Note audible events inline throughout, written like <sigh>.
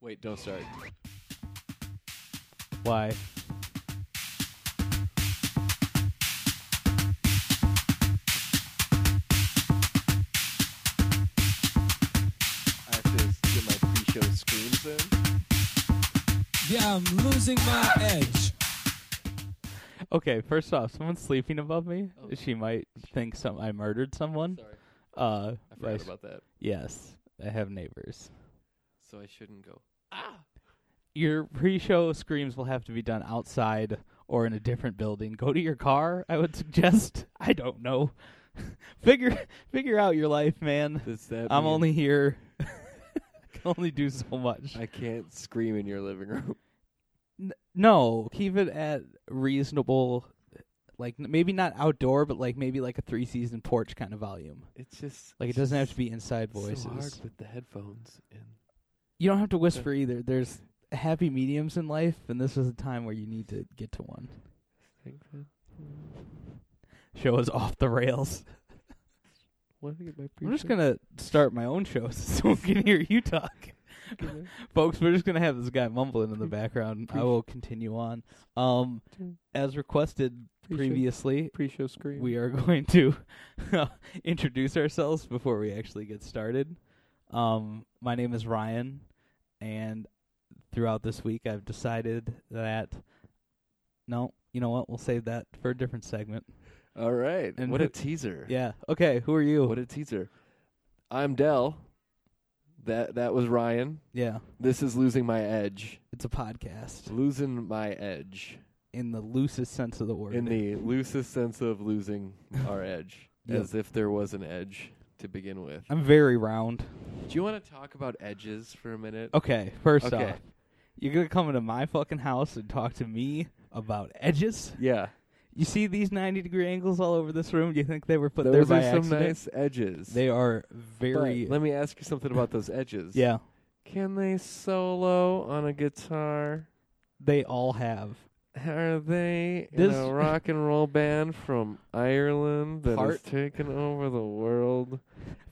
Wait, don't start. Why? I have to get my pre-show screams in. Yeah, I'm losing my edge. Okay, first off, someone's sleeping above me. Oh. She might think some I murdered someone. Sorry, Uh, I forgot yes- about that. yes, I have neighbors. So I shouldn't go. Ah, Your pre-show screams will have to be done outside or in a different building. Go to your car. I would suggest. I don't know. <laughs> figure figure out your life, man. does that? I'm mean only here. <laughs> I can only do so much. I can't scream in your living room. <laughs> N- no, keep it at reasonable, like n- maybe not outdoor, but like maybe like a three season porch kind of volume. It's just Like it doesn't have to be inside voices. So hard with the headphones and you don't have to whisper either. There's happy mediums in life, and this is a time where you need to get to one. think that. Show is off the rails. What did I get my pre-show? I'm just gonna start my own show <laughs> so someone can hear you talk, gonna. <laughs> folks. We're just gonna have this guy mumbling <laughs> in the Pre- background. I pre- will continue on. Um, as requested previously, pre-show scream. we are <laughs> going to uh, introduce ourselves before we actually get started. Um, my name is Ryan, and throughout this week, I've decided that no, you know what? We'll save that for a different segment. All right. And what a who- teaser. Yeah. Okay. Who are you? What a teaser. I'm Dell. That that was Ryan. yeah. This is losing my edge. It's a podcast Losing my edge. in the loosest sense of the word. in the loosest sense of losing <laughs> our edge, Yep. as if there was an edge to begin with. I'm very round. Do you want to talk about edges for a minute? Okay. First Okay. off, you're gonna come into my fucking house and talk to me about edges. Yeah, You see these 90 degree angles all over this room? Do you think they were put there those by are some accident? nice edges. They are But very let me ask you something about those edges. yeah. Can they solo on a guitar? They all have <laughs> Are they in This- a rock and roll band from Ireland that has Part- taken over the world?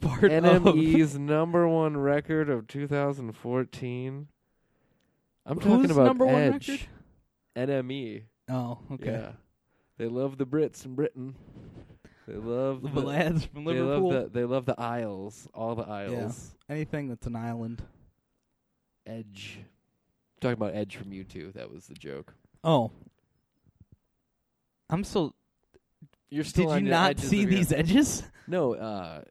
part of <laughs> NME's number one record of 2014. I'm talking Who's about number one Edge. record? NME. Oh, okay. Yeah. They love the Brits in Britain. They love The the, lads from they Liverpool. love the they love the Isles, all the Isles. Anything that's an island. Edge. Talking about Edge from U2, that was the joke. Oh, I'm so. You're Did still you on the not edges of see your- <laughs> these e- edges? No, uh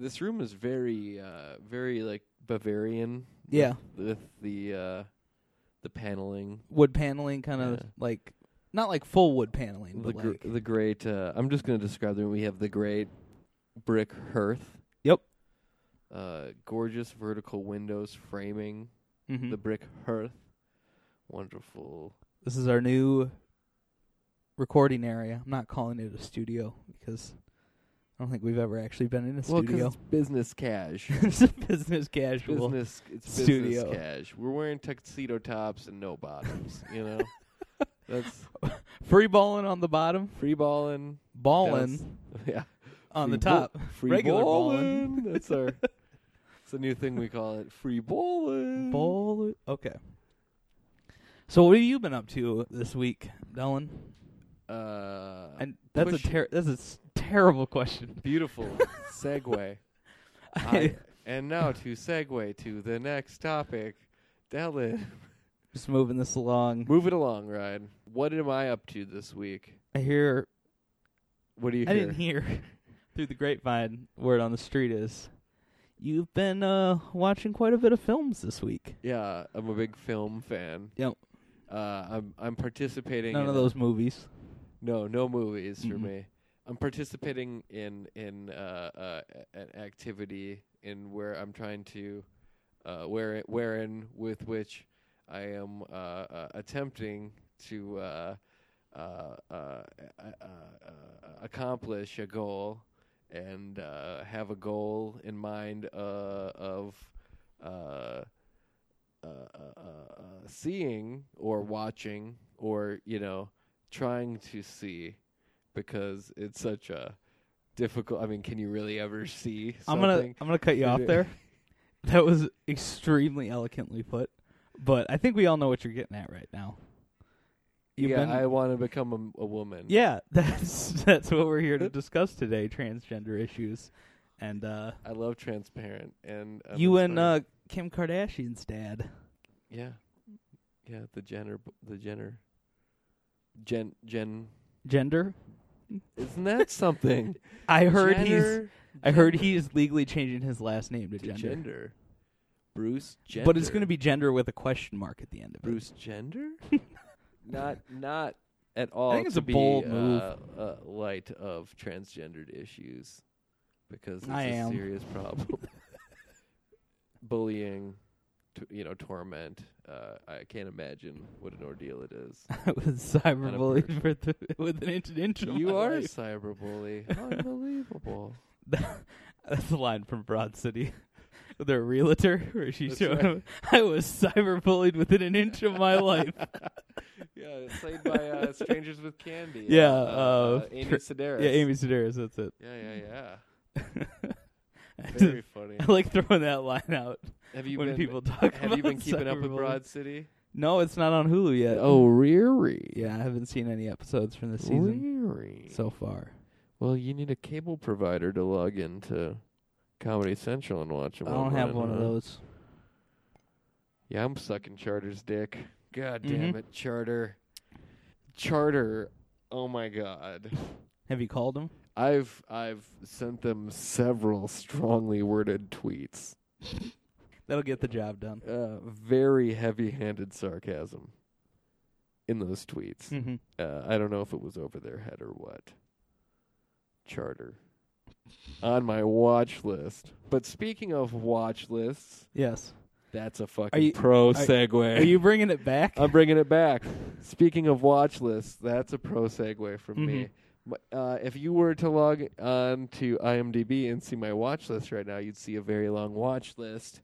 this room is very uh very like Bavarian. with- Yeah. With, the uh the paneling. Wood paneling, kind of Yeah. like not like full wood paneling, the but gr- like the great uh I'm just going to describe them. We have the great brick hearth. Yep. Uh gorgeous vertical windows framing. Mhm. the brick hearth. Wonderful. this is our new recording area. I'm not calling it a studio because I don't think we've ever actually been in a Well, 'cause studio. it's business <laughs> cash. it's a business casual. business. It's studio. business cash. We're wearing tuxedo tops and no bottoms. you <laughs> know, that's Free balling on the bottom, free balling. balling Yeah. on the Free bo- top. Free Regular ballin'. ballin'. That's <laughs> our. It's a new thing we call it. Free balling. Ball. Okay. So what have you been up to this week, Dylan? Uh, And that's a push- ter- that's a s- terrible question. <laughs> beautiful segue. I, and now to segue to the next topic, Dylan. Just moving this along. Move it along, Ryan. What am I up to this week? I hear. What do you I hear? didn't hear <laughs> through the grapevine. Word on the street is, you've been uh, watching quite a bit of films this week. Yeah, I'm a big film fan. Yep. Uh, I'm I'm participating. None in of those movies. No, no movies for Mm-mm. me. I'm participating in in uh, uh, a- an activity in where I'm trying to, uh, where wherein with which I am uh, uh, attempting to uh, uh, uh, uh, uh, uh, accomplish a goal and uh, have a goal in mind uh, of. Uh, uh, uh, uh, uh, seeing or watching or you know trying to see because it's such a difficult. I mean, can you really ever see? Something? <laughs> I'm gonna I'm gonna cut you off there. That was extremely eloquently put, but I think we all know what you're getting at right now. You've yeah, been- I want to become a, a woman. yeah, <laughs> that's that's what we're here to discuss today: transgender issues, and uh, I love transparent and I'm you and inspired- uh, Kim Kardashian's dad. yeah, yeah, the Jenner, b- the Jenner, Gen, Gen. Gender? Isn't that something? I <laughs> heard he's Jenner I heard he is legally changing his last name to, to gender. gender. Bruce Gender, But it's going to be gender with a question mark at the end of <laughs> it. Bruce Gender. not, not at all. think it's to a be, bold uh, move. Uh, light of transgendered issues, because it's a I am. serious <laughs> problem. Bullying, t- you know, torment. Uh, I can't imagine what an ordeal it <laughs> is. I was cyberbullied for the, <laughs> with an inch an inch. of You my are a life. cyberbully. <laughs> Unbelievable. That's a line from Broad City. <laughs> Their realtor, where she That's showed right. him, <laughs> I was cyberbullied within an inch of <laughs> my life. Yeah, it's played by uh, Strangers with Candy. Yeah, uh, uh, uh, Amy Tr- Sedaris. Yeah, Amy Sedaris, that's it. Yeah, <laughs> yeah, I yeah. just- <laughs> Very funny. I like throwing that line out Have you when been? people talk <laughs> have you about been keeping up with cyberbullying. Broad City? No, it's not on Uh, Hulu yet. oh, Reary. Yeah, I haven't seen any episodes from this season so far. well, you need a cable provider to log into Comedy Central and watch them. I don't have one of those. Yeah, I'm sucking Charter's dick. God Mhm. damn it, Charter. Charter. Oh my god. Have you called him? I've I've sent them several strongly worded tweets. That'll get the job done. Uh, very heavy-handed sarcasm in those tweets. Mm-hmm. Uh, I don't know if it was over their head or what. Charter on my watch list. But speaking of watch lists, Yes. that's a fucking you- pro segue. Are you bringing it back? I'm bringing it back. Speaking of watch lists, that's a pro segue from me. Mhm. M- Uh, if you were to log on to IMDb and see my watch list right now, you'd see a very long watch list.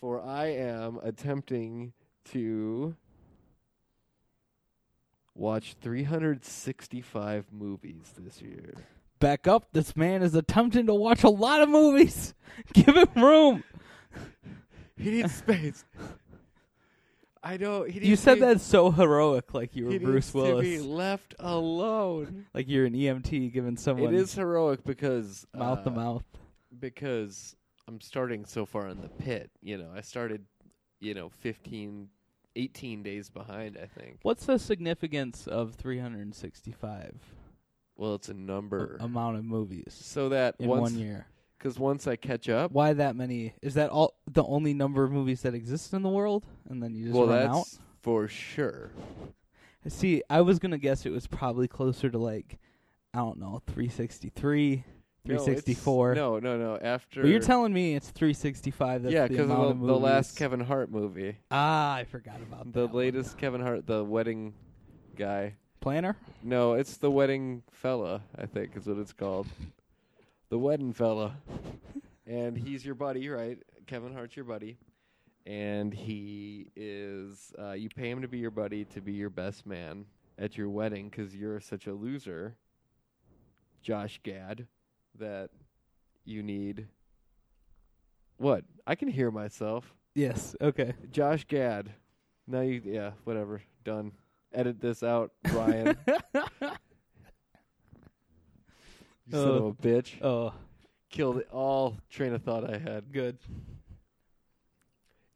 For I am attempting to watch 365 movies this year. back up. This man is attempting to watch a lot of movies. <laughs> Give him room. <laughs> He needs space. I know. He You needs said to be- that so heroic, like you were he Bruce needs Willis, To be left alone. like you're an EMT giving someone It is heroic because mouth to uh, mouth. because I'm starting so far in the pit. You know, I started, you know, 15, 18 days behind, I think. What's the significance of 365 Well, it's a number. amount of movies so that Um, in once, one year? because once I catch up, Why that many? Is that all the only number of movies that exist in the world? And then you just well, run that's out. for sure. See, I was gonna guess it was probably closer to like I don't know, 363, No, it's- 364. No, no, no. After But you're telling me it's 365. That's yeah, the amount of of the, the last movies. Kevin Hart movie, Ah, I forgot about the that one. latest Kevin Hart, the wedding guy. planner. No, it's the wedding fella. I think is what it's called. The wedding fella, and he's your buddy, right? Kevin Hart's your buddy, and he is. Uh, you pay him to be your buddy, to be your best man at your wedding, because you're such a loser, Josh Gad, that you need. What I can hear myself, Yes. Okay. Josh Gad. Now you, yeah, whatever. Done. Edit this out, Ryan. You son of Oh. a bitch. oh, Killed all train of thought I had. good.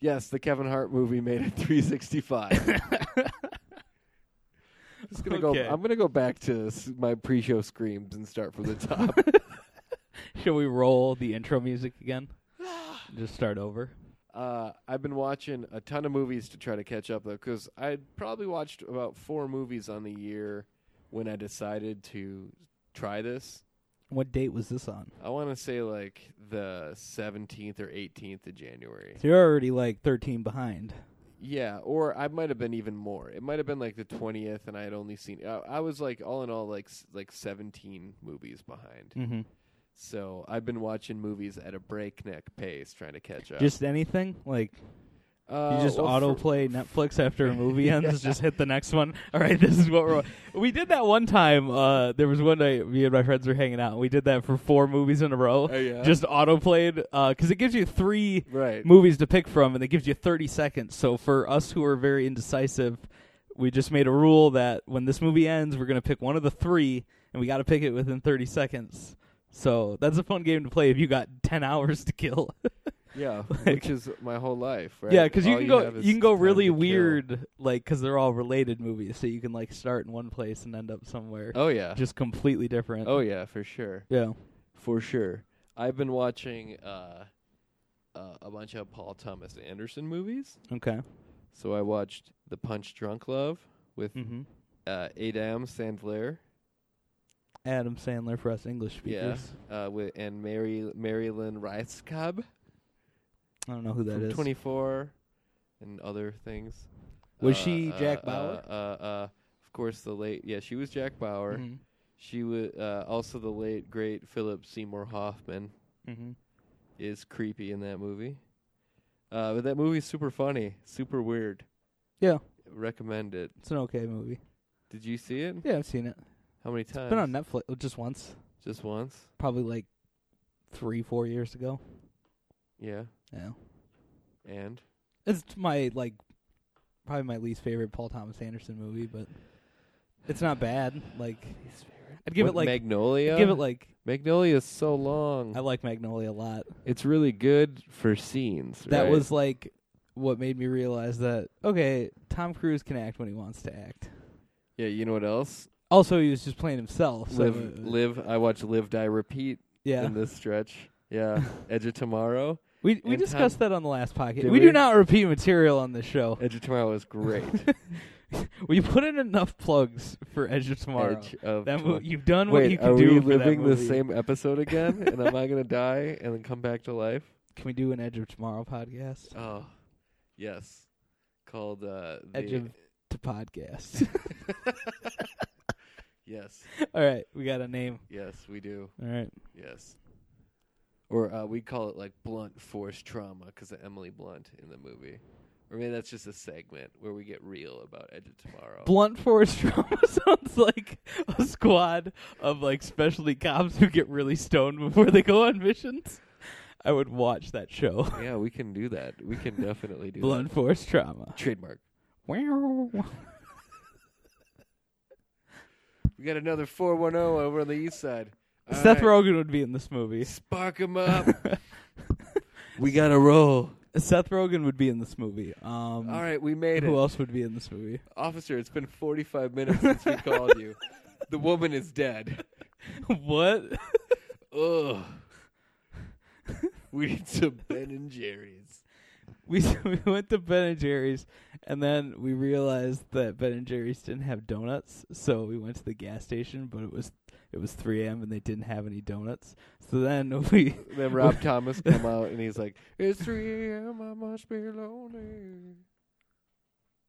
Yes, the Kevin Hart movie made it <laughs> 365. Just gonna Okay. go. I'm gonna go back to s- my pre-show screams and start from the top. <laughs> Shall we roll the intro music <sighs> again? Just start over. uh, I've been watching a ton of movies to try to catch up though, because I probably watched about four movies on the year when I decided to try this. What date was this on? I want to say like the 17th or 18th of January. So you're already like 13 behind. Yeah, or I might have been even more. It might have been like the twentieth, and I had only seen. I, I was like all in all like s- like seventeen movies behind. Mm-hmm. So I've been watching movies at a breakneck pace, trying to catch up. Just anything like Uh, You just well, auto for- <laughs> play Netflix after a movie ends. Just hit the next one. <laughs> All right, this is what we're. We did that one time. Uh, there was one night me and my friends were hanging out. and We did that for four movies in a row. Oh, yeah? Just auto played because it gives you three Right. movies to pick from, and it gives you thirty seconds. So for us who are very indecisive, we just made a rule that when this movie ends, we're gonna pick one of the three, and we got to pick it within thirty seconds. So that's a fun game to play if you got ten hours to kill. Yeah, <laughs> Like- which is my whole life, <laughs> right? Yeah, because you All can have go is you can go time really to kill. weird, like because they're all related movies, so you can like start in one place and end up somewhere Oh yeah. just completely different. Oh yeah, for sure. yeah, For sure. I've been watching uh, uh, a bunch of Paul Thomas Anderson movies. okay. So I watched The Punch Drunk Love with Mm-hmm. uh, Adam Sandler, Adam Sandler for us English yeah, speakers. uh, with and Mary Marilyn Reiskab I don't know who that from is. 24 and other things. Was Uh, she uh, Jack uh, Bauer? Uh, uh, of course, the late yeah, she was Jack Bauer. Mhm. She was uh, also the late great Philip Seymour Hoffman Mhm. is creepy in that movie. Uh, but that movie's super funny, super weird. Yeah, Recommend it. it's an okay movie. Did you see it? Yeah, I've seen it. How many It's times? been on Netflix oh, just once, Just once. probably like three, four years ago. Yeah. Yeah, And it's my like probably my least favorite Paul Thomas Anderson movie, but it's not bad. Like I'd give What, it like Magnolia. I'd give it like Magnolia is so long. I like Magnolia a lot. it's really good for scenes. That right? was like what made me realize that okay, Tom Cruise can act when he wants to act. yeah. You know what else? Also, he was just playing himself. So live, uh, live. I watched Live, Die, Repeat yeah. in this stretch. Yeah, <laughs> Edge of Tomorrow. We we and discussed that on the last podcast. Did We do we? not repeat material on this show. Edge of Tomorrow is great. We put in enough plugs for Edge of <laughs> Tomorrow. Edge of That Tomorrow. mo- you've done what Wait, you are can do we for living that the movie. same episode again? and am I gonna <laughs> die and then come back to life? Can we do an Edge of Tomorrow podcast? <laughs> Oh, yes. Called uh, the Edge of <laughs> to podcast. yes, All right, we got a name. yes, we do. All right. Yes. Or uh, we call it like blunt force trauma because of Emily Blunt in the movie. Or maybe that's just a segment where we get real about Edge of Tomorrow. Blunt force <laughs> trauma sounds like a squad of like specialty cops who get really stoned before they go on missions. I would watch that show. yeah, we can do that. We can definitely do Blunt force trauma. that. Trademark. Wow. We got another 410 over on the east side. All <laughs> Seth right. Rogen would be in this movie. Spark 'em <laughs> up. we got to roll. Seth Rogen would be in this movie. Um All right, we made it. who else would be in this movie? Officer, it's been 45 minutes since we called <laughs> you. The woman is dead. what? Ugh. We need some Ben and Jerry's. We <laughs> we went to Ben and Jerry's, and then we realized that Ben and Jerry's didn't have donuts, so we went to the gas station. But it was it was 3 a.m. and they didn't have any donuts. So then <laughs> we Then Rob Thomas come out and he's like, "It's 3 a.m. I must be lonely."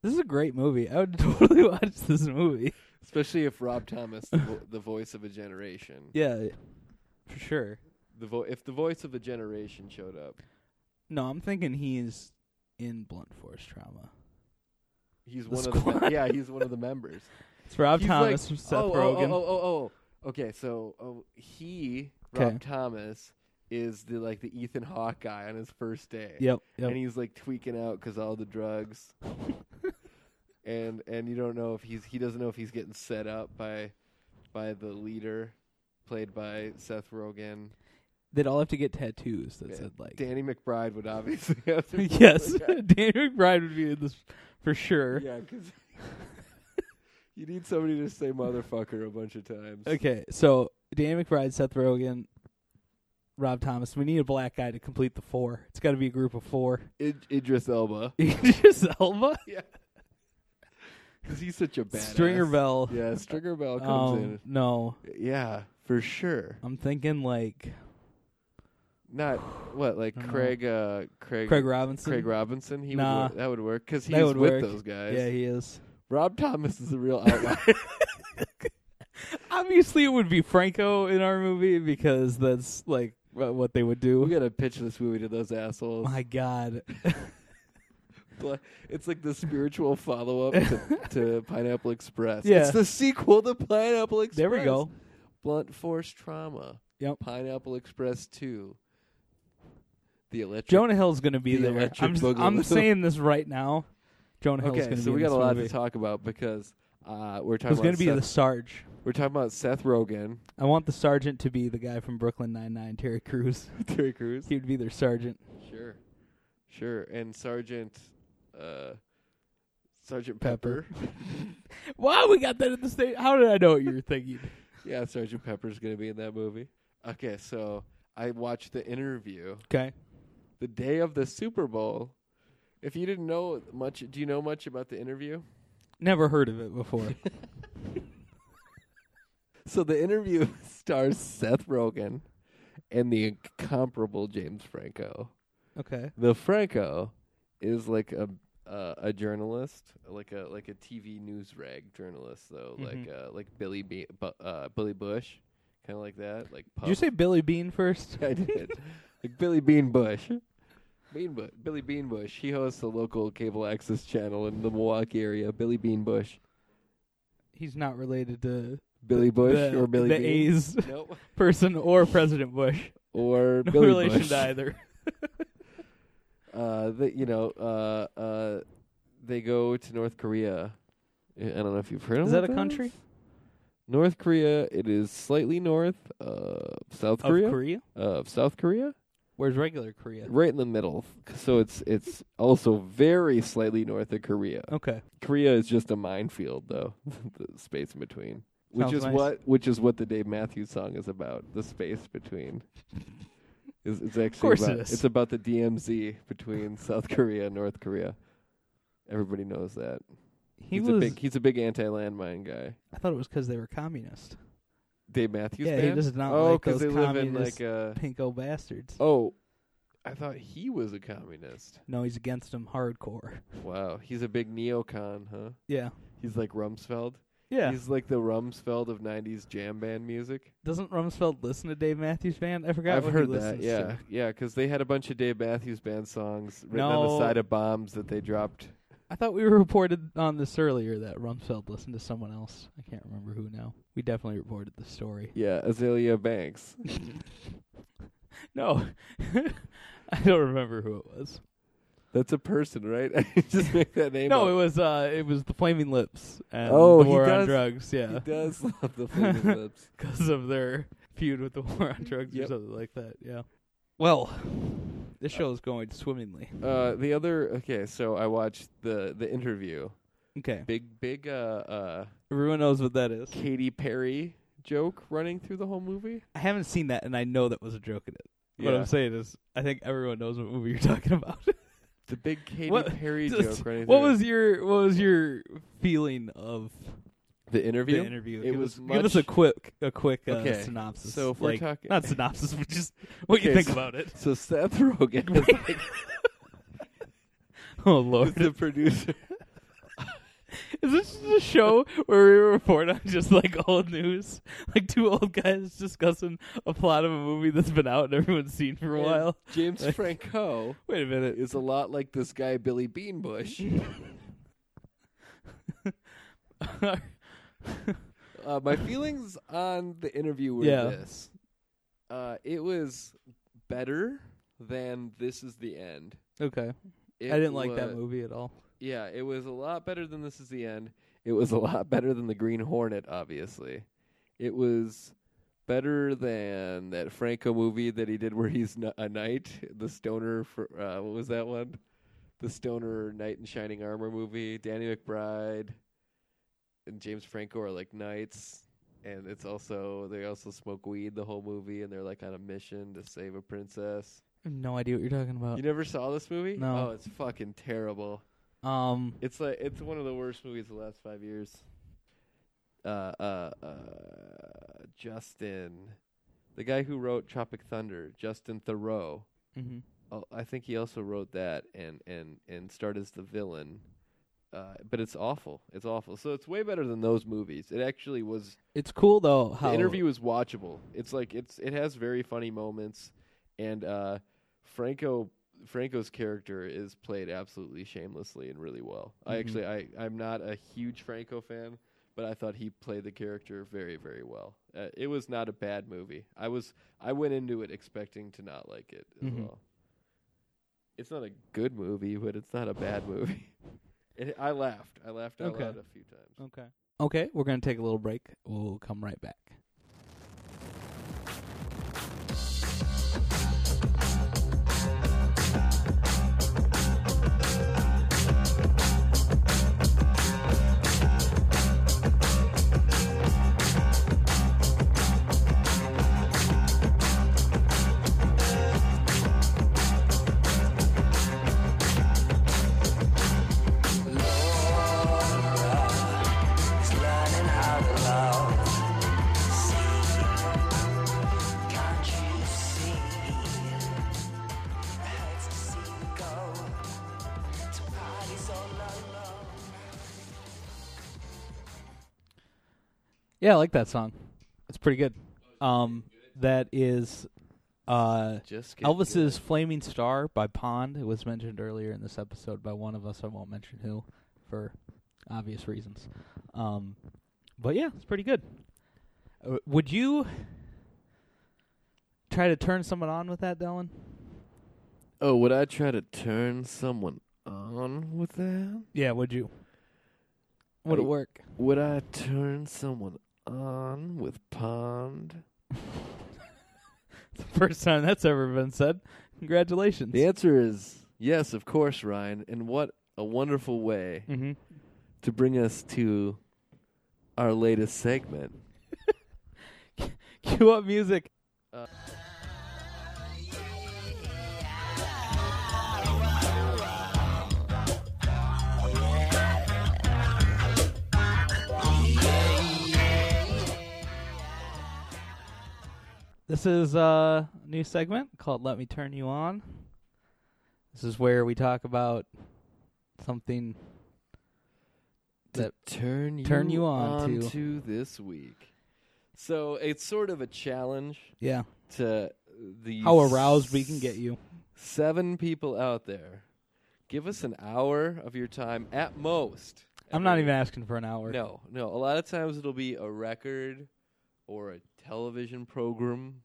this is a great movie. I would <laughs> totally watch this movie. Especially if Rob Thomas, the, vo- the voice of a generation, Yeah, for sure. the vo- if the voice of a generation showed up, No, I'm thinking he's in blunt force trauma. he's The one of the squad. mem- yeah, he's one of the members. It's Rob He's Thomas, like, <laughs> Seth oh, oh, Rogen. Oh, oh, oh, oh. Okay, so oh, he Rob Okay. Thomas is the like the Ethan Hawke guy on his first day. Yep, yep. and he's like tweaking out because all the drugs, <laughs> and and you don't know if he's he doesn't know if he's getting set up by by the leader, played by Seth Rogen. They'd all have to get tattoos that Yeah. said like. Danny McBride would obviously <laughs> have to. <laughs> yes, yeah, <laughs> Danny McBride would be in this for sure. because <laughs> you need somebody to say motherfucker a bunch of times. Okay, so Danny McBride, Seth Rogen, Rob Thomas. We need a black guy to complete the four. It's got to be a group of four. <laughs> Id- Idris Elba. Idris Elba, Yeah. Because he's such a badass. Stringer Bell. Yeah, Stringer Bell comes Um, no, in. Yeah, for sure. I'm thinking like Not what like I don't know. Craig, uh, Craig, Craig Robinson. Craig Robinson. He Nah. would, wor- that would work because he's That with would work. those guys. Yeah, he is. Rob Thomas is a <laughs> real outlier. Obviously, it would be Franco in our movie because that's like wha- what they would we do. gotta pitch this movie to those assholes. My God, Gla- It's like the spiritual follow up <laughs> to, to Pineapple Express. Yeah. It's the sequel to Pineapple Express. There we go. Blunt Force Trauma. Yep. Pineapple Express 2. The Electric. Jonah Hill's going to be The there. Electric I'm, s- <laughs> I'm Boogaloo. saying this right now. Jonah Hill's okay, going to so be we got in this a lot movie. to talk about because uh, we're talking Who's going about to be Seth, the Sarge? we're talking about Seth Rogen, I want the sergeant to be the guy from Brooklyn Nine Nine, <laughs> Terry Crews. <laughs> Terry Crews. he would be their sergeant. Sure, sure, and Sergeant uh, Sergeant Pepper. <laughs> Wow, we got that in the state. How did I know what you were thinking? yeah, Sergeant Pepper's gonna be in that movie. Okay, so I watched the interview <laughs> Okay. the day of the Super Bowl. If you didn't know much, do you know much about the interview? Never heard of it <laughs> before. So the interview <laughs> stars Seth Rogen and the incomparable James Franco. okay. the Franco is like a uh, a journalist, like a like a TV news rag journalist, though, Mm-hmm. like uh, like Billy Be- Bu- uh, Billy Bush, kind of like that, like Did you Puff. say Billy Bean first? <laughs> I did, like Billy Bean Bush, Bean Bush, Billy Bean Bush. He hosts a local cable access channel in the Milwaukee area. Billy Bean Bush, He's not related to Billy the- Bush, the- or Billy the Bean, A's nope, person or President Bush. <laughs> or No Billy relation Bush. to either. uh, the, you know, uh, uh, they go to North Korea. I I don't know if you've heard of Is that a country? North Korea. It is slightly north of South Korea. <laughs> Of Korea? Of South Korea, Where's regular Korea? right in the middle. So it's it's also very slightly north of Korea. Okay. Korea is just a minefield, though. <laughs> the space in between, which Sounds is nice. what which is what the Dave Matthews song is about. The space between. Is it's actually course it about, is. it's about the DMZ between South Korea and North Korea. Everybody knows that. He he's was a big he's a big anti landmine guy. I thought it was cuz they were communist. Dave Matthews Yeah, he band. does not oh, like those they live in communist like a Pinko bastards. oh. I thought he was a communist. No, he's against them hardcore. Wow, he's a big neocon, huh? Yeah. He's like Rumsfeld. Yeah. He's like the Rumsfeld of '90s jam band music. Doesn't Rumsfeld listen to Dave Matthews Band? I forgot. I've what heard he that. listens Yeah, to. yeah, because they had a bunch of Dave Matthews Band songs written on the No. side of bombs that they dropped. I thought we were reported on this earlier that Rumsfeld listened to someone else. I can't remember who now. We definitely reported the story. <laughs> Yeah, Azalea Banks. No, <laughs> I don't remember who it was. That's a person, right? <laughs> I just make that name. No, up. it was uh, it was the Flaming Lips and Oh, the he War on does- Drugs. Yeah, He does love <laughs> the Flaming Lips. because of their feud with the <laughs> War on Drugs or Yep. something like that. Yeah. Well, this show is going swimmingly. Uh, the other okay, so I watched the the interview. Okay, Big big uh uh everyone knows what that is. Katy Perry joke running through the whole movie. I haven't seen that, and I know that was a joke in it. What I'm saying is, I think everyone knows what movie you're <laughs> talking about. the big Katy What- <laughs> Perry Just- joke running. what through was your What was your feeling of the interview? the interview? It give was us, give us a much- quick a quick uh, Okay, synopsis. so if we're like, talking- not synopsis, but just <laughs> what you Okay, think so- <laughs> about it. so Seth <laughs> Rogen is like Oh lord, the producer. <laughs> is this just a show where we report on just like old news, like two old guys discussing a plot of a movie that's been out and everyone's seen for a And while? James <laughs> Like- Franco Wait a minute, is a lot like this guy Billy Bean Bush. <laughs> Uh, my feelings on the interview were Yeah. this: uh, it was better than This Is the End. okay, It I didn't like that wa- movie at all. Yeah, it was a lot better than This Is the End. It was a <laughs> lot better than The Green Hornet, obviously. It was better than that Franco movie that he did where he's n- a knight, the stoner for uh, what was that one? The stoner knight in shining armor movie. Danny McBride and James Franco are like knights. And it's also they also smoke weed the whole movie, and they're like on a mission to save a princess. I have no idea what you're talking about. You never saw this movie? Uh, No. Oh, it's fucking terrible. um, It's like it's one of the worst movies of the last five years. Uh, uh, uh, Justin, the guy who wrote Tropic Thunder, Justin Thoreau. mhm. Oh, I think he also wrote that and and and starred as the villain. Uh, but it's awful. It's awful. So it's way better than those movies. It actually was. it's cool though. How The interview is watchable. It's like it's it has very funny moments, and uh, Franco Franco's character is played absolutely shamelessly and really well. I Mhm. actually I I'm not a huge Franco fan, but I thought he played the character very very well. Uh, it was not a bad movie. I was I went into it expecting to not like it as Mhm. well. It's not a good movie, but it's not a bad <laughs> movie. It, I laughed. I laughed out Okay. Oh. loud a few times. Okay. Okay, we're going to take a little break. We'll come right back. Can't you see? Hurts to see you go to parties all alone. Yeah, I like that song. It's pretty good. Um, that is uh, Just get Elvis's Flaming Star by Pond. It was mentioned earlier in this episode by one of us. I won't mention who for obvious reasons. Um, but yeah, it's pretty good. Uh, would you try to turn someone on with that, Dylan? good. Oh, would I try to turn someone on with that? Yeah, would you? Would it I- work? Would I turn someone on with pond? It's the <laughs> first time that's ever been said. Congratulations. The answer is yes, of course, Ryan. And what a wonderful way Mm-hmm. to bring us to our latest segment. Cue up music. This is a new segment called Let Me Turn You On. This is where we talk about something To That- turn you, turn you on to- to this week. So it's sort of a challenge yeah, to the how aroused we can get you. Seven people out there, give us an hour of your time at most. I'm Every not week. even asking for an hour. No, no. A lot of times it'll be a record or a television program,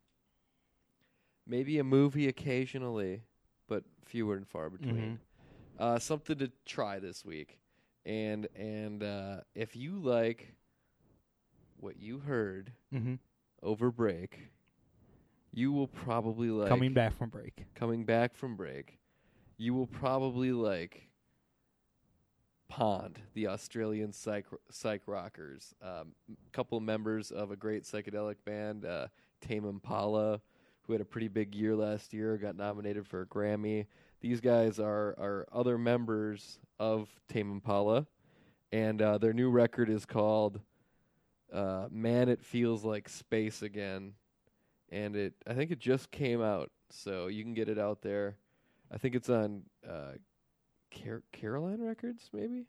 maybe a movie occasionally, but fewer and far between. Mm-hmm. Uh, something to try this week, and and uh, if you like what you heard hmm over break, you will probably like Coming back from break. coming back from break, you will probably like Pond, the Australian psych, psych rockers. um, couple members of a great psychedelic band, uh, Tame Impala, who had a pretty big year last year, got nominated for a Grammy. These guys are, are other members of Tame Impala, and uh, their new record is called uh, Man It Feels Like Space Again and it I think it just came out, so you can get it out there. I think it's on uh, Car- Caroline Records, maybe.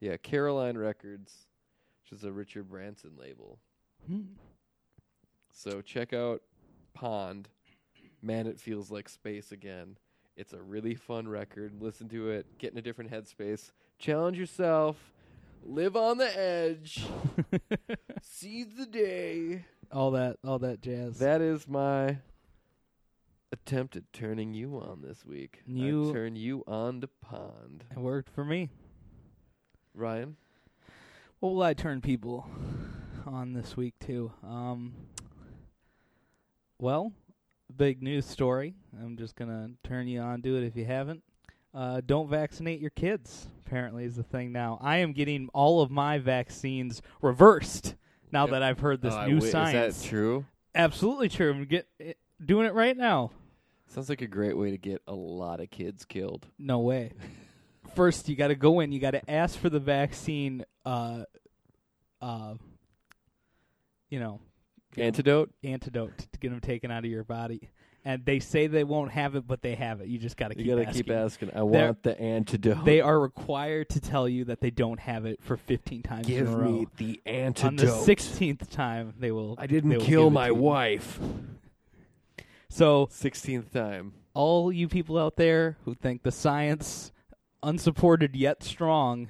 Yeah, Caroline Records, which is a Richard Branson label. Hmm. So check out Pond. Man, it feels like space again. It's a really fun record. Listen to it. Get in a different headspace. Challenge yourself. Live on the edge. Seize the day. <laughs> all that, all that jazz. That is my attempt at turning you on this week. You- I turn you on to pond. it worked for me. Ryan, What will I turn people on this week too? Um, well, big news story. I'm just gonna turn you on to it if you haven't. Uh, don't vaccinate your kids. Apparently, is the thing now. I am getting all of my vaccines reversed now Yep. that I've heard this new science. Oh, Is that true? Absolutely true. I'm get it, doing it right now. Sounds like a great way to get a lot of kids killed. No way. First, you got to go in. You got to ask for the vaccine. Uh, uh, you know, Antidote? antidote to get them taken out of your body, and they say they won't have it, but they have it. You just got to keep. you gotta asking. keep asking. I They're- want the antidote. They are required to tell you that they don't have it for 15 times in a give row. me the antidote. On the 16th time, they will. I they didn't will kill give it my to you. wife. So Sixteenth time. all you people out there who think the science unsupported yet strong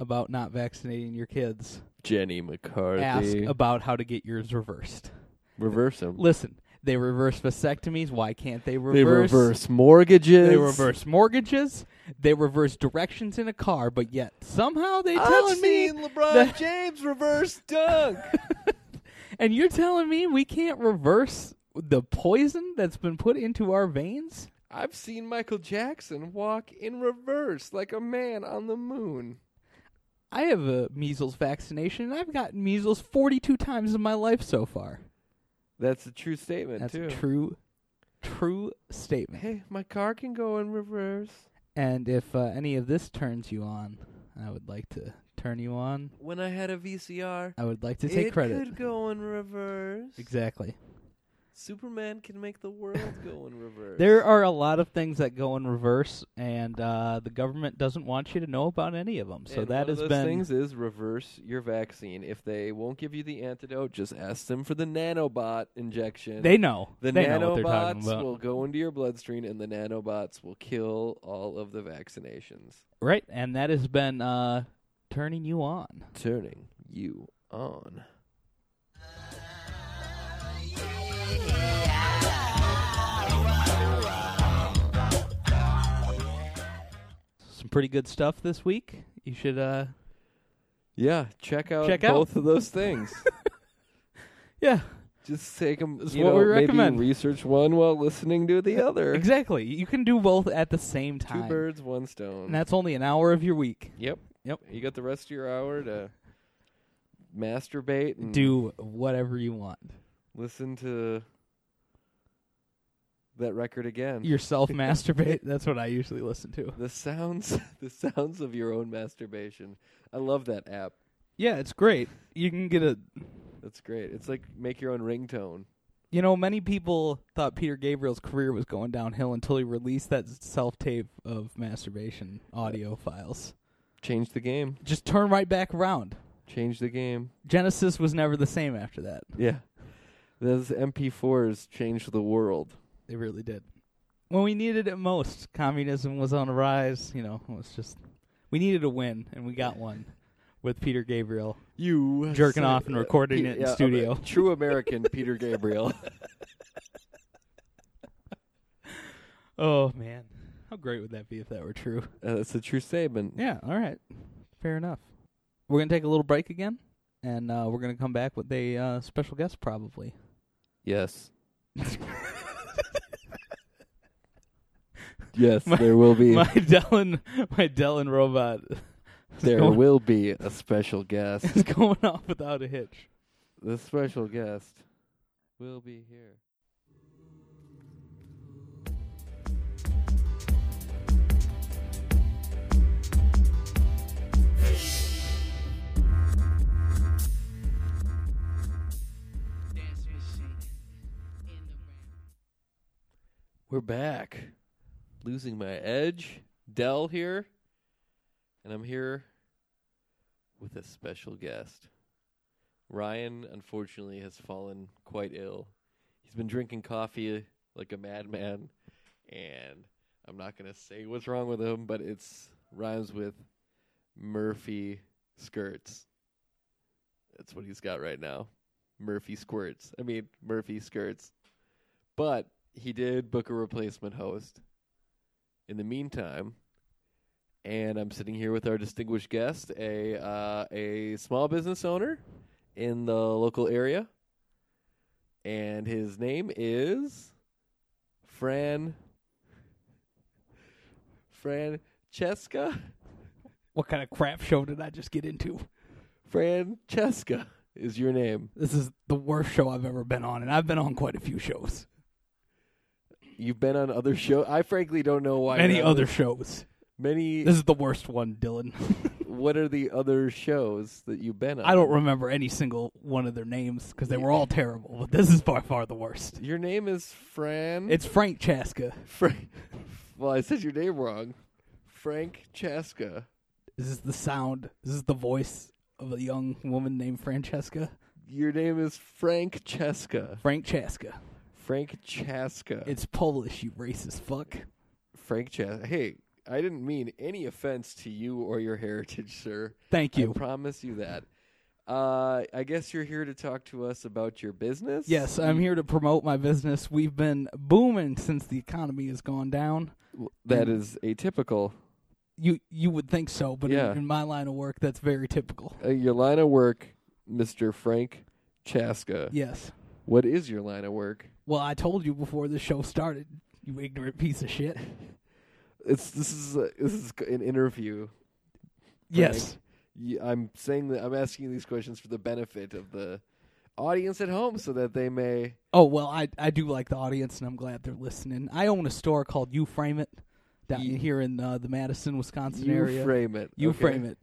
about not vaccinating your kids Jenny McCarthy. ask about how to get yours reversed. reverse them. Listen, they reverse vasectomies, why can't they reverse They reverse mortgages. they reverse mortgages, they reverse directions in a car, but yet somehow they telling I've me seen LeBron that- James reverse dunk. and you're telling me we can't reverse the poison that's been put into our veins? I've seen Michael Jackson walk in reverse like a man on the moon. I have a measles vaccination and I've gotten measles 42 times in my life so far. That's a true statement That's too. a true true statement. hey, my car can go in reverse. And if uh, any of this turns you on, I would like to turn you on. When I had a VCR, I would like to take it credit. could go in reverse. Exactly. Superman can make the world go in reverse. There are a lot of things that go in reverse, and uh, the government doesn't want you to know about any of them. So And that one of has those been things is reverse your vaccine. If they won't give you the antidote, just ask them for the nanobot injection. they know the they know what they're talking nanobots about, will go into your bloodstream, and the nanobots will kill all of the vaccinations, right? And that has been uh, turning you on. turning you on. Some pretty good stuff this week. You should uh, Yeah, check out Check out. both of those <laughs> things. yeah, just take them. It's you what know, we maybe recommend. research one while listening to the other. exactly. You can do both at the same Two time, birds, one stone. and that's only an hour of your week. yep, Yep. You got the rest of your hour to masturbate and Do whatever you want. <laughs> listen to that record again. Yourself masturbate. That's what I usually listen to. the sounds, <laughs> the sounds of your own masturbation. I love that app. Yeah, it's great. You can get a That's great. It's like make your own ringtone. You know, many people thought Peter Gabriel's career was going downhill until he released that self tape of masturbation audio files. Change the game. Just turn right back around. Change the game. Genesis was never the same after that. Yeah. Those MP4s changed the world. They really did. When we needed it most, communism was on the rise. You know, it was just we needed a win, and we got one with Peter Gabriel. You Jerking off and recording it in studio. <laughs> true American Peter <laughs> Gabriel. Oh man, how great would that be if that were true? Uh, that's a true statement. Yeah, all right. Fair enough. We're going to take a little break again, and uh, we're going to come back with a uh, special guest, probably. Yes. <laughs> Yes, My- there will be my Dellen, my Dellen robot <laughs> there going- will be a special guest. is going off without a hitch. the special guest will be here. We're back. Losing my edge. Dell here. And I'm here with a special guest. Ryan, unfortunately, has fallen quite ill. He's been drinking coffee like a madman, and I'm not going to say what's wrong with him, but it's rhymes with Murphy skirts. That's what he's got right now. Murphy squirts. I mean, Murphy skirts. But he did book a replacement host in the meantime. And I'm sitting here with our distinguished guest, a uh, a small business owner in the local area. And his name is Fran Francesca. What kind of crap show did I just get into? Francesca is your name. This is the worst show I've ever been on, and I've been on quite a few shows. You've been on other shows. I frankly don't know why. Many you're on other this- shows. many. This is the worst one, <laughs> Dylan. what are the other shows that you've been on? I don't remember any single one of their names because they were all terrible, but this is by far the worst. Your name is Fran. It's Frank Chaska. Frank. <laughs> Well, I said your name wrong. Frank Chaska. This is the sound. This is the voice of a young woman named Francesca. Your name is Frank Cheska. Frank Chaska. Frank Chaska. It's Polish, you racist fuck. Frank Chaska. Hey, I didn't mean any offense to you or your heritage, sir. Thank I you. promise you that. Uh, I guess you're here to talk to us about your business. Yes, I'm here to promote my business. We've been booming since the economy has gone down. W- Mm. that is atypical. You you would think so, but in- Yeah. in, my line of work, that's very typical. Uh, your line of work, Mr. Frank Chaska. Yes. What is your line of work? Well, I told you before the show started, you ignorant piece of shit. It's this is a, this is an interview. Yes. Y- I'm saying that I'm asking these questions for the benefit of the audience at home, so that they may. Oh well, I I do like the audience, and I'm glad they're listening. I own a store called You Frame It down You- here in uh, the Madison, Wisconsin You area. frame it. you okay? frame it.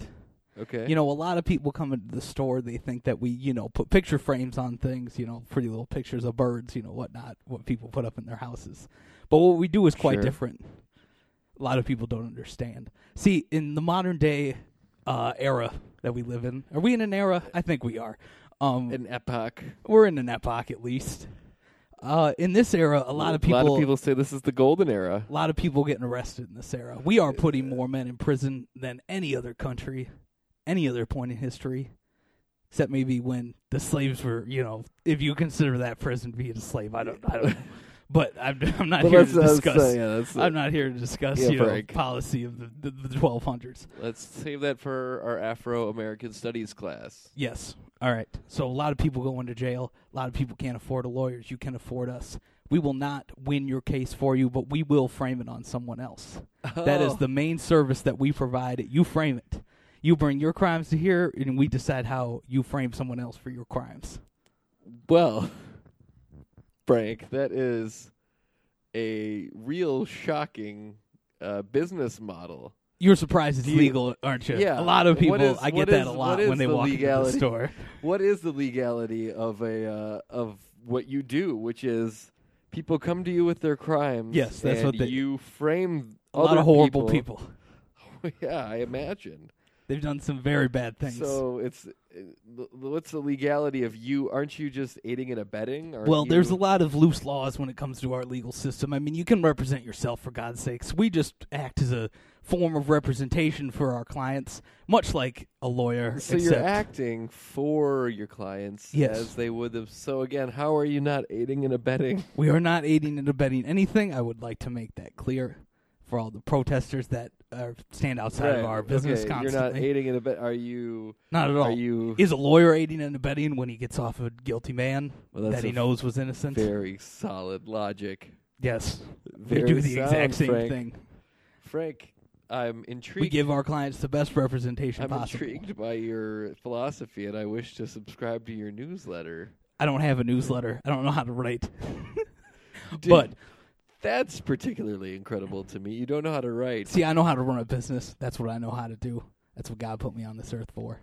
Okay. You know, a lot of people come into the store. They think that we, you know, put picture frames on things. You know, pretty little pictures of birds. You know, whatnot. What people put up in their houses. But what we do is quite Sure. different. A lot of people don't understand. See, in the modern day uh, era that we live in, are we in an era? I think we are. Um, an epoch. we're in an epoch at least. Uh, in this era, a lot of people, A lot of people say this is the golden era. people getting arrested in this era. We are putting more men in prison than any other country, any other point in history, except maybe when the slaves were, you know, if you consider that prison being a slave, I don't, I don't. Know. But I'm, <laughs> I'm not But here let's- to let's, uh, discuss. yeah, let's, uh, I'm not here to discuss Yeah, you know Frank. policy of the, the, the 1200s. Let's save that for our Afro American Studies class. Yes. All right. So a lot of people go into jail. A lot of people can't afford a lawyer. You can afford us. We will not win your case for you, but we will frame it on someone else. That Oh. is the main service that we provide. You frame it. You bring your crimes to here, and we decide how you frame someone else for your crimes. well, Frank. That is a real shocking uh, business model. You're surprised it's Do you- legal, aren't you? Yeah. A lot of What people, is- I what get that is- a what lot is when they the walk into legality? the store. What is the legality of a uh, of what you do, which is people come to you with their crimes. Yes, that's and what they- you frame. A lot other of horrible people. <laughs> yeah, I imagine. They've done some very bad things. So it's uh, l- what's the legality of you? Aren't you just aiding and abetting? Aren't Well, there's a you- lot of loose laws when it comes to our legal system. I mean, you can represent yourself for God's sakes. We just act as a form of representation for our clients, much like a lawyer. So except you're acting for your clients Yes. as they would have. So again, how are you not aiding and <laughs> abetting? we are not aiding and abetting anything. I would like to make that clear for all the protesters that are, stand outside of Right, our business okay, You're not constantly. aiding and abetting. Are you? Not at all. Are you? Is a lawyer aiding and abetting when he gets off a guilty man Well, that's that a he knows was innocent? Very solid logic. Yes, Very we do the sound, exact same Frank. thing. Frank, I'm intrigued. We give our clients the best representation I'm possible. intrigued by your philosophy, and I wish to subscribe to your newsletter. I don't have a newsletter. I don't know how to write. Dude, but that's particularly incredible to me. You don't know how to write, see, I know how to run a business. That's what I know how to do. That's what God put me on this earth for.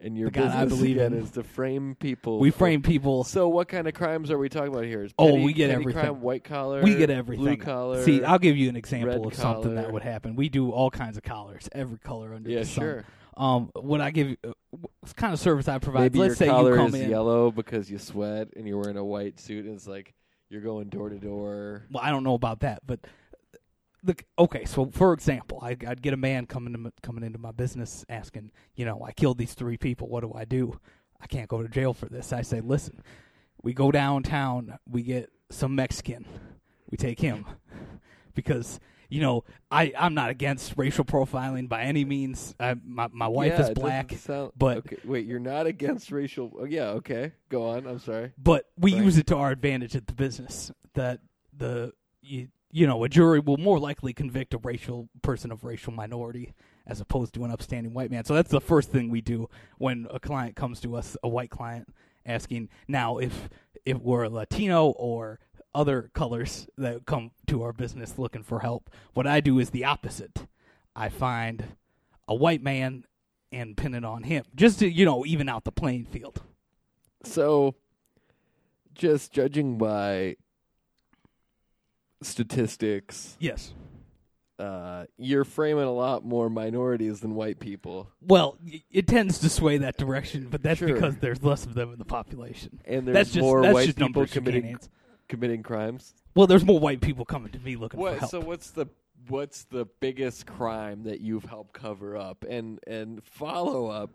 and your the God business I believe again in. is to frame people. We for- frame people. So, what kind of crimes are we talking about here? Is Oh, petty- we get petty everything. Crime, white collar. We get everything. Blue collar. See, I'll give you an example red of something collar. that would happen. We do all kinds of collars, every color under yeah, the sun. sure. Um, what I give, uh, what kind of service I provide? Maybe Let's your say collar you come is in. yellow because you sweat and you're wearing a white suit, and it's like you're going door to door. Well, I don't know about that, but the okay. So, for example, I, I'd get a man coming to m- coming into my business asking, you know, I killed these three people. What do I do? I can't go to jail for this. I say, listen, we go downtown. We get some Mexican. We take him because you know I I'm not against racial profiling by any means. I, my my wife Yeah, is it doesn't black. sound- but- okay, wait, you're not against racial. Oh, yeah, okay, go on. I'm sorry. but we Right. use it to our advantage at the business that the you, you know a jury will more likely convict a racial person of racial minority as opposed to an upstanding white man so that's the first thing we do when a client comes to us a white client asking now if if we're a latino or other colors that come to our business looking for help what i do is the opposite i find a white man and pin it on him just to you know even out the playing field So, just judging by statistics, yes uh, you're framing a lot more minorities than white people, Well, y- it tends to sway that direction, but that's Sure. because there's less of them in the population. and there's That's just more that's white just people numbers you can't committing answer. committing crimes? Well, there's more white people coming to me looking for What? help. So what's the what's the biggest crime that you've helped cover up and and follow up?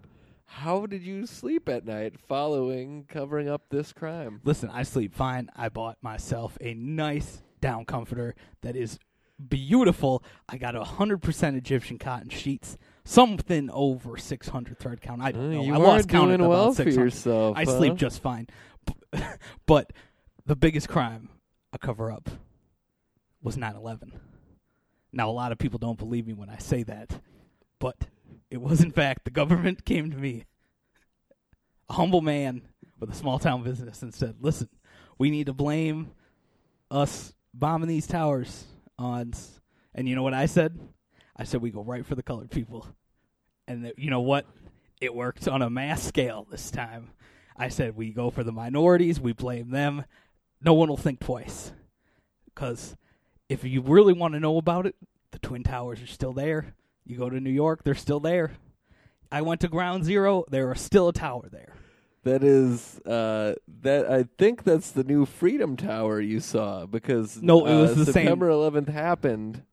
How did you sleep at night following covering up this crime? Listen, I sleep fine. I bought myself a nice down comforter that is beautiful. I got a hundred percent Egyptian cotton sheets, something over six hundred thread count. I don't Uh, know. you I lost are count at doing well about for 600. yourself, I sleep huh? just fine, <laughs> B- but the biggest crime I cover up was 9-11. Now, a lot of people don't believe me when I say that, but it was in fact the government <laughs> came to me a humble man with a small town business and said, "Listen, we need to blame us bombing these towers on." s-" And you know what I said? I said we go right for the colored people, and that, you know what? It worked on a mass scale this time. I said we go for the minorities, we blame them. No one will think twice, because if you really want to know about it, the twin towers are still there. You go to New York, they're still there. I went to ground zero. There is still a tower there. That is uh, that I think that's the new Freedom Tower you saw because No, it uh, was the same- September 11th happened.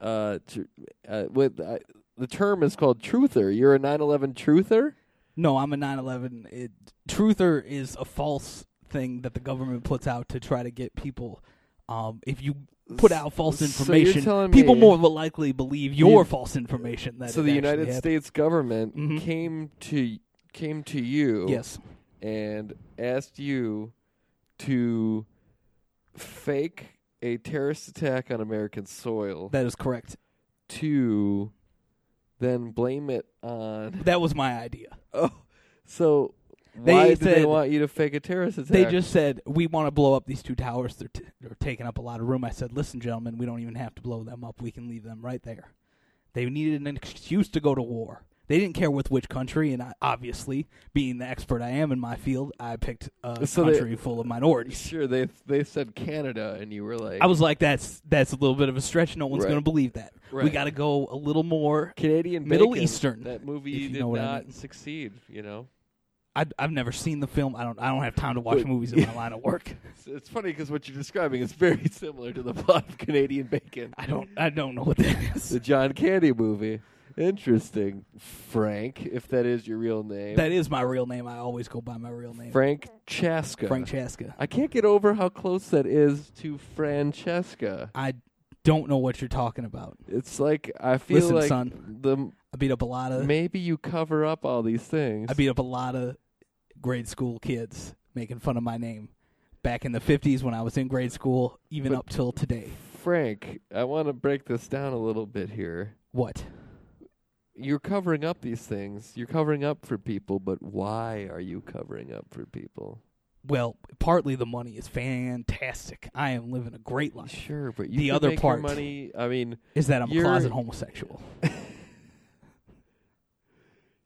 Uh, tr- uh, with uh, the term is called truther. You're a 9/11 truther. No, I'm a 9/11. It, truther is a false thing that the government puts out to try to get people. Um, if you put out false So you're information, telling people me- more will likely believe your false information. That so it the actually United happened. States government Mhm. came to came to you. Yes, and asked you to fake a terrorist attack on American soil that is correct. to then blame it on. <laughs> That was my idea. Oh, so They why did they said- want you to fake a terrorist attack? They just said we want to blow up these two towers. They're, t- they're taking up a lot of room. I said, listen, gentlemen, we don't even have to blow them up. We can leave them right there. They needed an excuse to go to war. They didn't care with which country, and I, obviously, being the expert I am in my field, I picked a So they- country full of minorities. sure they they said Canada, and you were like, I was like, that's that's a little bit of a stretch. No one's Right. going to believe that. We Right. got to go a little more. Canadian Middle bacon. Eastern, That if movie you did know what I not mean. succeed. You know, I, I've never seen the film. I don't. I don't have time to watch Wait. movies in my line of work. it's, it's funny because what you're describing is very <laughs> similar to the plot of Canadian bacon. I don't. I don't know what that The <laughs> is. John Candy movie. Interesting. Frank, if that is your real name. That is my real name. I always go by my real name, Frank Chaska. Frank Chaska. I can't get over how close that is to Francesca. I don't know what you're talking about. It's like I feel Listen, like son. the I beat up a lot of maybe you cover up all these things. I beat up a lot of grade school kids making fun of my name back in the 50s when I was in grade school, even But- up till today. Frank, I want to break this down a little bit here. What? You're covering up these things. You're covering up for people, but why are you covering up for people? Well, partly the money is fantastic. I am living a great life. Sure, but you The could other make part- your money. I mean, Is that I'm a You're- closet homosexual?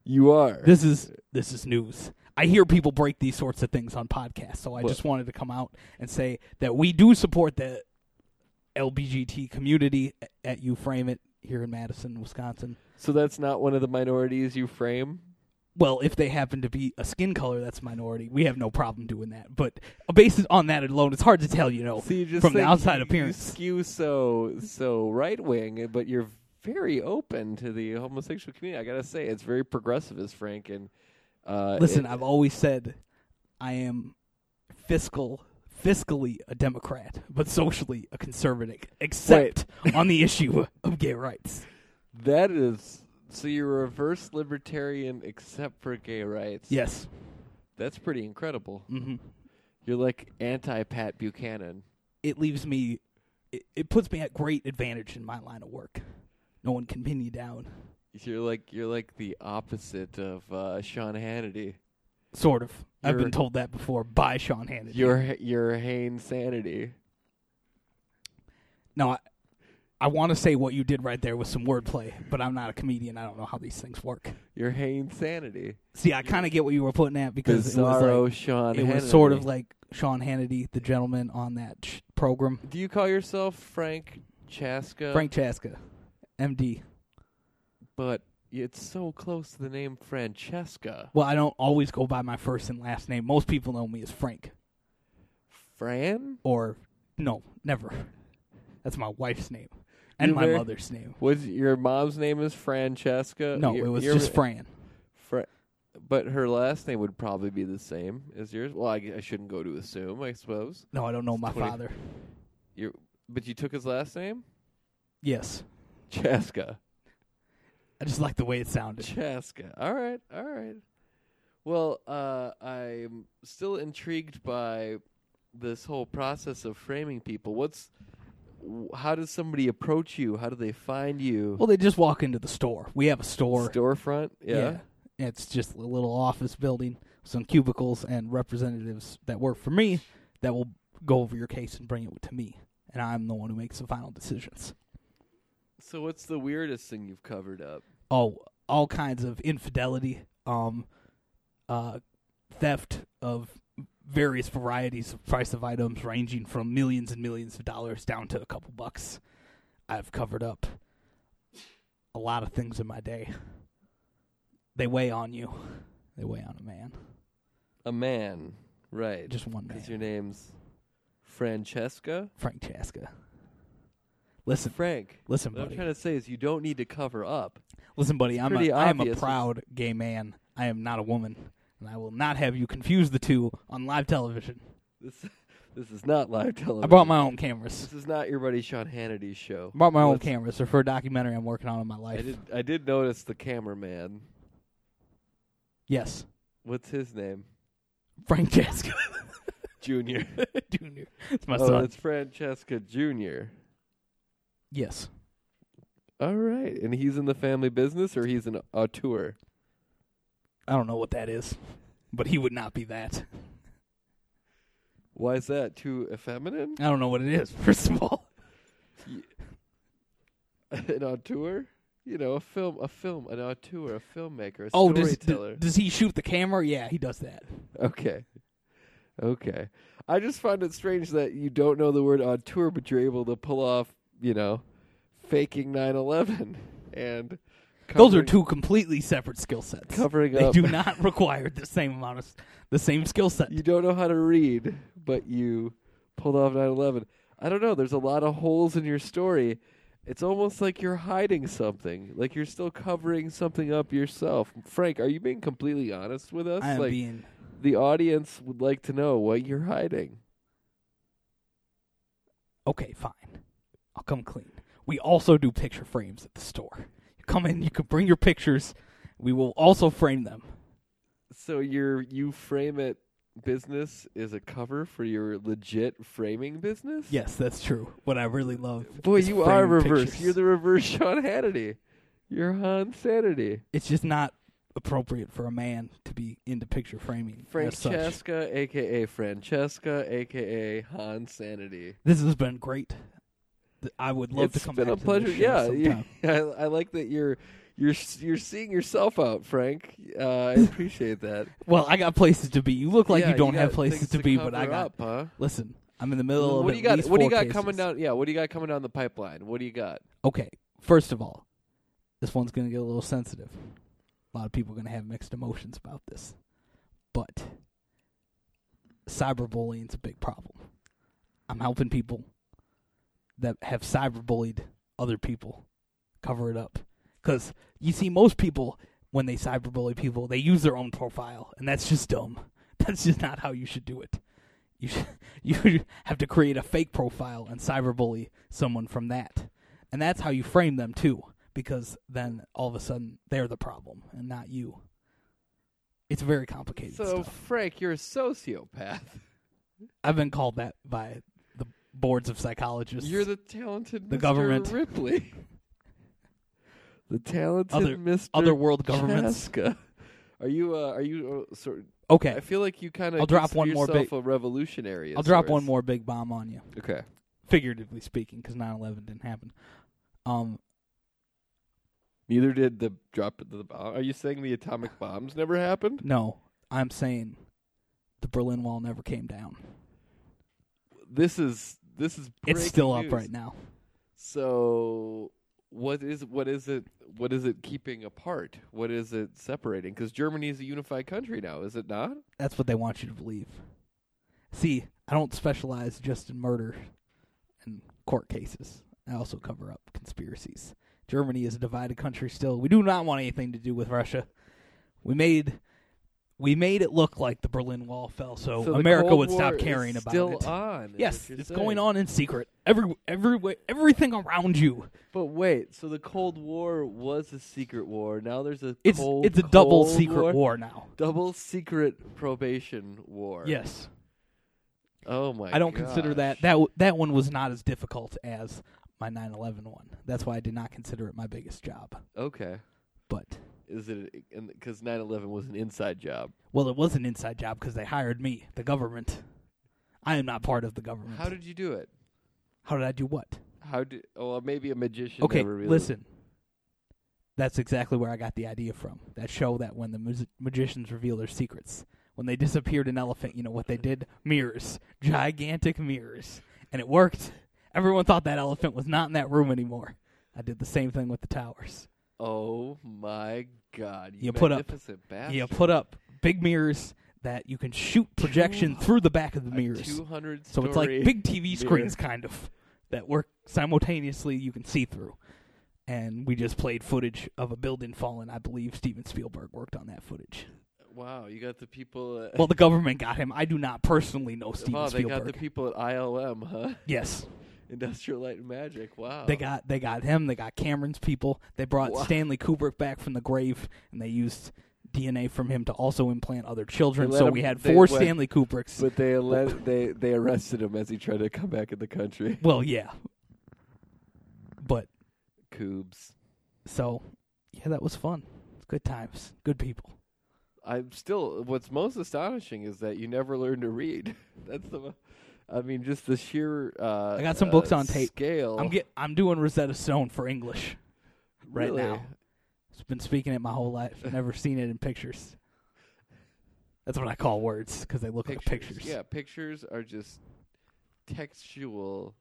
you are. This is this is news. I hear people break these sorts of things on podcasts, so I What? just wanted to come out and say that we do support the LBGT community at You Frame It here in Madison, Wisconsin. So that's not one of the minorities you frame. Well, if they happen to be a skin color that's a minority, we have no problem doing that. But based on that alone, it's hard to tell, you know, So you just from the think outside you- appearance. you skew so so right wing, but you're very open to the homosexual community. I gotta say, it's very progressivist, Frank. And uh, Listen, it- I've always said I am fiscal fiscally a democrat, but socially a conservative, except on the issue of gay rights. that is so you're a reverse libertarian except for gay rights. Yes. that's pretty incredible. hmm You're like anti Pat Buchanan. It leaves me it, it puts me at great advantage in my line of work. No one can pin you down. You're like you're like the opposite of uh, Sean Hannity. Sort of. I've You're- been told that before by Sean Hannity. You're you're Hain Sanity. No, I, I want to say what you did right there with some wordplay, but I'm not a comedian. I don't know how these things work. You're Hain Sanity. See, I kind of get what you were putting at because Bizarro it was Sean. like it was Hannity. sort of like Sean Hannity, the gentleman on that sh- program, Do you call yourself Frank Chaska? Frank Chaska, MD. but it's so close to the name Francesca. Well, I don't always go by my first and last name. Most people know me as Frank. Fran? Or no, never. That's my wife's name and You're my very- mother's name. Was your mom's name is Francesca? No, Your- it was your- just Fran. Fra- but her last name would probably be the same as yours. Well, I, g- I shouldn't go to assume, I suppose. No, I don't know my 20 father. You, but you took his last name, Yes, Chaska. I just like the way it sounded. Chaska. All right, all right. Well, uh, I'm still intrigued by this whole process of framing people. What's w- how does somebody approach you? How do they find you? Well, they just walk into the store. We have a store. Storefront. Yeah. It's just a little office building, some cubicles, and representatives that work for me that will go over your case and bring it to me. And I'm the one who makes the final decisions. So what's the weirdest thing you've covered up? Oh, all kinds of infidelity, um, uh, theft of various varieties of price of items ranging from millions and millions of dollars down to a couple bucks. I've covered up a lot of things in my day. They weigh on you. They weigh on a man. A man, right? Just one man. Because your name's Francesca. Frank Chaska. Listen, Frank. listen, What I'm buddy. trying to say is you don't need to cover up. listen, buddy. I'm pretty a, I am a obvious. proud gay man. I am not a woman, and I will not have you confuse the two on live television. This <laughs> this is not live television. I brought my own cameras. This is not your buddy Sean Hannity's show. I brought my own Let's- cameras. They're for a documentary I'm working on in my I life. did. I did notice the cameraman. Yes, What's his name? Frank <laughs> Chaska Junior. Jr. It's my oh, son. it's Francesca Junior. Yes, All right, and he's in the family business, or he's an auteur. I don't know what that is, but he would not be that. Why is that too effeminate? <laughs> I don't know what it is. <laughs> First of all, an auteur? You know, a film, a film, an auteur, a filmmaker, a oh, does, storyteller. does he shoot the camera? Yeah, he does that. okay, okay. I just find it strange that you don't know the word auteur, but you're able to pull off, you know, faking 9/11 <laughs> and Those are covering- two completely separate skill sets. covering <laughs> They up. do not require the same amount of s- the same skill set. you don't know how to read, but you pulled off 9/11. I don't know. There's a lot of holes in your story. It's almost like you're hiding something. Like you're still covering something up yourself. Frank, are you being completely honest with us? I am like being the audience would like to know what you're hiding. okay. Fine, I'll come clean. We also do picture frames at the store. You come in, you can bring your pictures. We will also frame them. So your you frame it business is a cover for your legit framing business? Yes, that's true. What I really love. Boy, is you are framing reverse. pictures. You're the reverse <laughs> Sean Hannity. You're Han Sanity. It's just not appropriate for a man to be into picture framing. as such. Francesca, aka Francesca, aka Han Sanity. This has been great. Th- I would love It's to come been back a pleasure. To this show yeah, sometime. yeah. <laughs> I, I like that you're you're s- you're seeing yourself out, Frank. Uh, <laughs> I appreciate that. Well, I got places to be. You look like Yeah, you don't have got places things to be, but I cover got. up, huh? Listen, I'm in the middle of what at do you got? least What do you four got cases. coming down? Yeah, what do you got coming down the pipeline? What do you got? Okay, first of all, this one's going to get a little sensitive. A lot of people are going to have mixed emotions about this, but cyberbullying's a big problem. I'm helping people that have cyberbullied other people cover it up because you see, most people when they cyberbully people, they use their own profile, and that's just dumb. <laughs> That's just not how you should do it. You should, <laughs> you have to create a fake profile and cyberbully someone from that, and that's how you frame them too, because then all of a sudden they're the problem and not you. It's very complicated So, stuff. Frank, you're a sociopath. I've been called that by the boards of psychologists. You're the talented The Mr. government. Ripley. the talented Other- Mr. other world governments. Chaska. Are you? Uh, are you? Uh, sort I Okay, feel like you kind of. I'll drop one more yourself big- a revolutionary. I'll as drop far one as- more big bomb on you. Okay. figuratively speaking, because 9-11 didn't happen. Um, Neither did the drop of the bomb. Are you saying the atomic <sighs> bombs never happened? no, I'm saying the Berlin Wall never came down. This is this is. It's still breaking up news. right now. So what is what is it what is it keeping apart? What is it separating? Because Germany is a unified country now, is it not? That's what they want you to believe. see, I don't specialize just in murder and court cases. I also cover up conspiracies. Germany is a divided country still. We do not want anything to do with Russia. We made we made it look like the Berlin Wall fell so, So the Oh, America Cold would stop War is caring about still it. on. is what yes, you're it's saying. going on in secret. Every every way, everything around you. But wait, so the Cold War was a secret war. Now there's a It's cold, it's a double Cold secret war, now. double secret probation war. Yes. Oh my. I don't consider that gosh. that w- that one was not as difficult as my 9/11 one. That's why I did not consider it my biggest job. Okay. But Is it? Because 9/11 was an inside job. well, it was an inside job because they hired me, the government. I am not part of the government. How did you do it? How did I do what? How did? Oh, well, maybe a magician. Okay, never really- listen. That's exactly where I got the idea from. That show that when the mus- magicians reveal their secrets, when they disappeared an elephant, you know what they did? Mirrors, gigantic mirrors, and it worked. Everyone thought that elephant was not in that room anymore. I did the same thing with the towers. Oh my God! You, You put up- magnificent Bastard. You put up big mirrors that you can shoot projection Two- through the back of the A mirrors. 200 So it's like story- big TV mirror. screens, kind of, that work simultaneously. You can see through. And we just played footage of a building falling. I believe Steven Spielberg worked on <laughs> that footage. <laughs> Wow, you got the people. At, <laughs> Well, the government got him. I do not personally know Steven wow, Oh, they Spielberg. got the people at ILM, huh? <laughs> yes, Industrial Light and Magic. Wow. they got they got him. They got Cameron's people. They brought Wow. Stanley Kubrick back from the grave, and they used DNA from him to also implant other children. let So him- we had they four let- Stanley Kubricks. But they let, they they arrested him as he tried to come back in the country. <laughs> Well, yeah. But Coobs. so, yeah, that was fun. Good times, good people. I'm still. What's most astonishing is that you never learned to read. <laughs> That's the. mo- I mean, just the sheer. Uh, I got some uh, books on tape. Scale. I'm get I'm doing Rosetta Stone for English right Really? now. It's been speaking it my whole life. Never seen it in pictures. That's what I call words because they look like pictures. Yeah, pictures are just textual.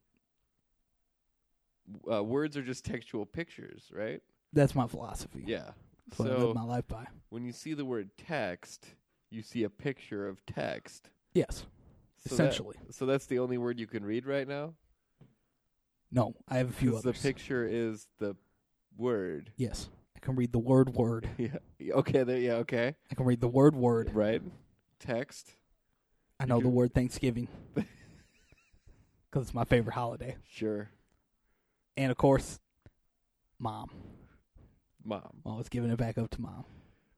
Uh, words are just textual pictures, right? That's my philosophy. Yeah. That's what I live So my life by. when you see the word text, you see a picture of text. Yes. So that- essentially. so that's the only word you can read right now. No, I have a few Because the others. picture is the word. yes. I can read the word word. <laughs> Yeah. Okay. There. Yeah. Okay. I can read the word word. Right. Text. I know the can- <laughs> word Thanksgiving because it's my favorite holiday. Sure. And of course, mom. Mom. Always giving it back up to mom.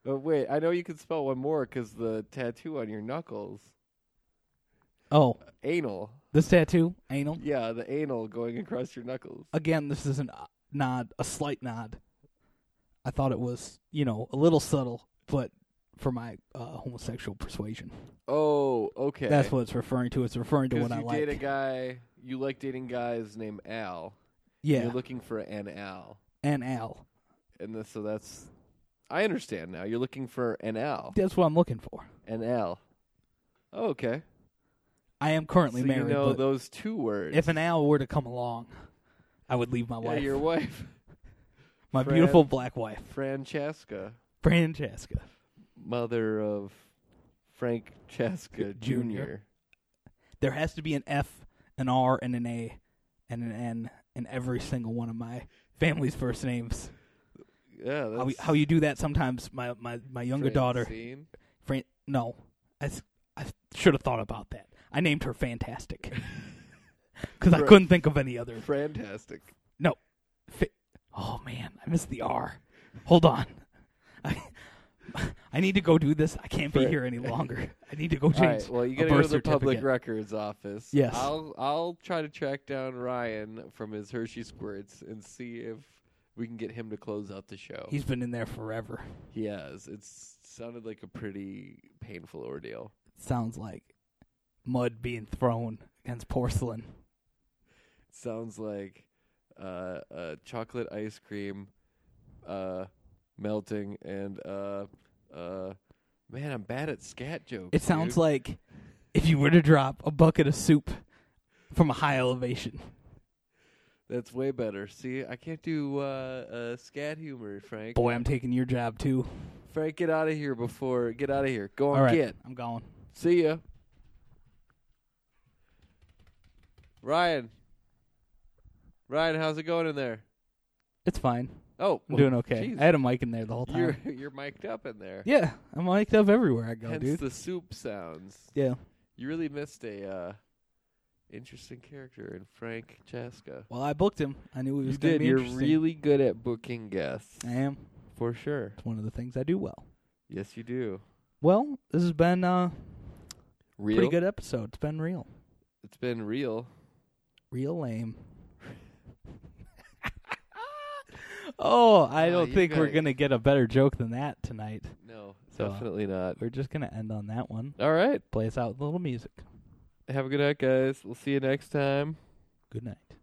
Oh wait, I know you can spell one more because the tattoo on your knuckles. Oh, Anal. this tattoo, anal. Yeah, the anal going across your knuckles. Again, this is an uh, nod, a slight nod. I thought it was, you know, a little subtle, but for my uh, homosexual persuasion, Oh, okay. that's what it's referring to. It's referring to Because what you I like. date a guy, you like dating guys named Al. and yeah, You're looking for an Al, and Al. and this, so that's. I understand now. You're looking for an Al, That's what I'm looking for. an Al. Oh, okay. I am currently so married. you know but those two words. if an Al were to come along, I would leave my yeah, wife, your wife, my Fran- beautiful black wife, <laughs> Francesca, Francesca. mother of Frank Chaska Jr. Junior. There has to be an F, an R, and an A, and an N in every single one of my family's first names. Yeah, that's How, we- how you do that sometimes? My my my younger daughter, Francine. Fran- no, I, s- I should have thought about that. I named <laughs> her Fantastic because I Fra- couldn't think of any other. Fantastic. Fa- oh man, I missed the R. Hold on, <laughs> I I need to go do this. I can't be Fra- <laughs> here any longer. I need to go All change. right. Well, you a got to go birth to the public certificate. records office. Yes. I'll I'll try to track down Ryan from his Hershey squirts and see if we can get him to close out the show. He's been in there forever. he has. It's sounded like a pretty painful ordeal. sounds like mud being thrown against porcelain. sounds like uh, uh, chocolate ice cream uh, melting and uh, uh, man, I'm bad at scat jokes. It sounds like if you were to drop a bucket of soup from a high elevation. that's way better. See, I can't do uh, uh, scat humor, Frank. Boy, I'm taking your job too. Frank, get out of here before get out of here. Go on, All right, get. I'm going. See ya. Ryan. Ryan, how's it going in there? It's fine. Oh, I'm doing okay. jeez. I had a mic in there the whole time. You're you're mic'd up in there. Yeah, I'm mic'd up everywhere I go, Hence dude. the soup sounds. yeah. You really missed a uh, interesting character in Frank Chaska. Well, I booked him. I knew he was You going to did. be You're interesting. really good at booking guests. I am. For sure. It's one of the things I do well. Yes, you do. Well, this has been uh, Real. pretty good episode. It's been real, It's been real. <laughs> real lame. oh, I Uh, don't you think we're gotta- gonna get a better joke than that tonight. No, So, uh, definitely not. We're just gonna end on that one. All right. Play us out with a little music. Have a good night, guys. We'll see you next time. Good night.